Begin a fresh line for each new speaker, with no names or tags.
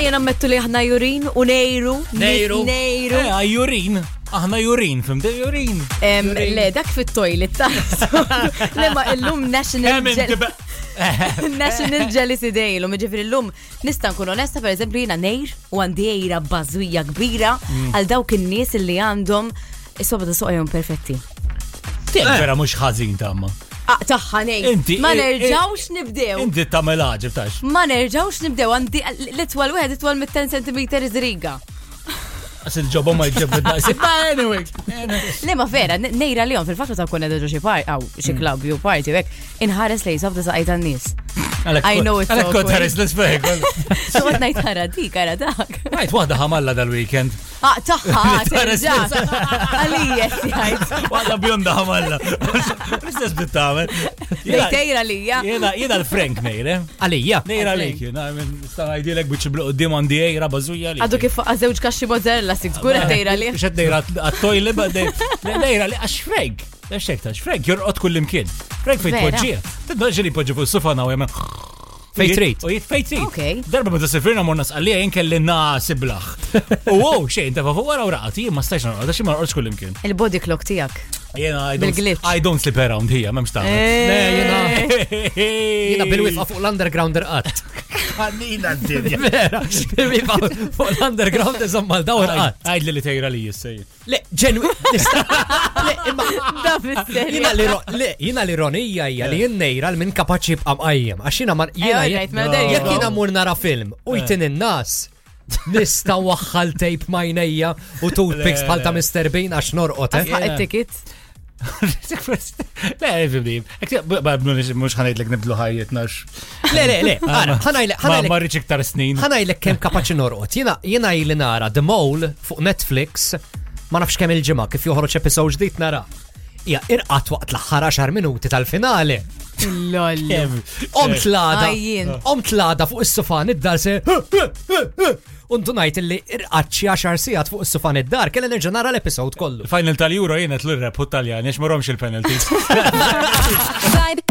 ejja nammettu li aħna jurin u nejru.
Nejru.
Nejru.
Eh, jurin. Aħna jurin, fimte jurin.
Em, Le, dak fit-toilet ta' Le, ma illum National
Hemm
Gel-
intibaq. Eh,
National Jealousy Day l-lum ġifri l-lum nista nkun onesta per eżempju jina nejr u għandi ejra bażwija kbira
Mm.
għal dawk in-nies li għandhom is-soba ta' soqjom perfetti.
Tiegħek eh, vera mhux ħażin tamma.
Ah, taħħa nejr.
Inti,
Ma
eh, eh,
nerġawx nibdew.
Inti tagħmel ħaġa ftax.
Ma nerġawx nibdew għandi l-itwal wieħed itwal mit-10 cm iżriga.
Għas il-ġobom ma jġib id-daqs. Ma anyway.
Le ma vera, ne- nejra li għon fil-fattu ta' kunna daġu xie par, aw, xie klab, ju parti, u hekk, inħares li jisob da' sajta n-nis. I know it's
Għalek kod
awkward.
ħares l-isfejk.
So għat najt ħara dik, għara dak.
Għajt wahda ħamalla dal-weekend.
Ah, taħħa,
Tħares
terġa. Għalijes, jgħajt.
Wahda bjonda ħamalla. Mistess bit-tamer.
Dejtejra li, ja.
Jena, jena l-Frank nejre.
Għalija.
Nejra lejk, jena, stanajdilek biex bluq d-diman di ejra bazuja li.
Għaddu kif għazewġ kaxxi mozzarella, sik zgur dejra li.
Xed nejra għat-tojli, nejra li għax Frank. Għaxek tax, Frank, jorqot kullimkien. Frank fejt
Vera.
poġġija. Tiddaġi li poġġi fuq sufana u jemma.
Fejt trid.
U jit fejt trit.
Ok.
Darba ma t-sifirna morna s-għalija jinkelli nasiblaħ. U wow, xejn, ta' fuq għara u raqati, ma stajx għara, daċi ma rqot kullimkien.
Il-body clock tijak.
Jena, I
Bil-glitch. Eh.
don't, I don't sleep around here, memx ta'
Le, jena. Jena
Jena
bil-wifqa fuq l-underground rqat.
Għannina d-dinja.
Vera, bil-wifqa fuq l-underground eżommal daw rqat.
Għajd li li tejra li jissej.
Le, ġenwi, nista. Le, imma
Da fil-serja.
Jina l-iro- le, jina l-ironija hija li jinnejra l-min kapaċi bqa mqajjem. Għax jina mar jina
all right, ma there you
jekk
go.
jina mur nara film u jtin in-nas. Nista waħħal tejp majnejja u toothpicks
Le,
bħal ta'
le.
Mr. Bean għax norqot. eh?
Għasħaq il-ticket.
Le, fibdim. Mux ħanajt l-ek nibdlu ħajiet nax.
Le, le, le, għara, ħanajlek,
Ma
ħanajlek.
marriċ iktar snin.
ħanajlek kem kapaċi norqot. Jina, jina li nara The Mole fuq Netflix, ma nafx kemm il-ġimgħa kif joħroġ episod ġdid nara. Ja, irqat waqt l-aħħar 10 minuti tal-finale.
Lolli.
Om tlada.
Għajjien.
Om tlada fuq is-sofan id-dar se. Untu ngħid li irqat xi 10 sigħat fuq is-sofan id-dar kellha nerġa' nara l-episod kollu.
Final tal-Euro jenet l-rep u tal-Jan, jiex maromx il-penalties.
Vibe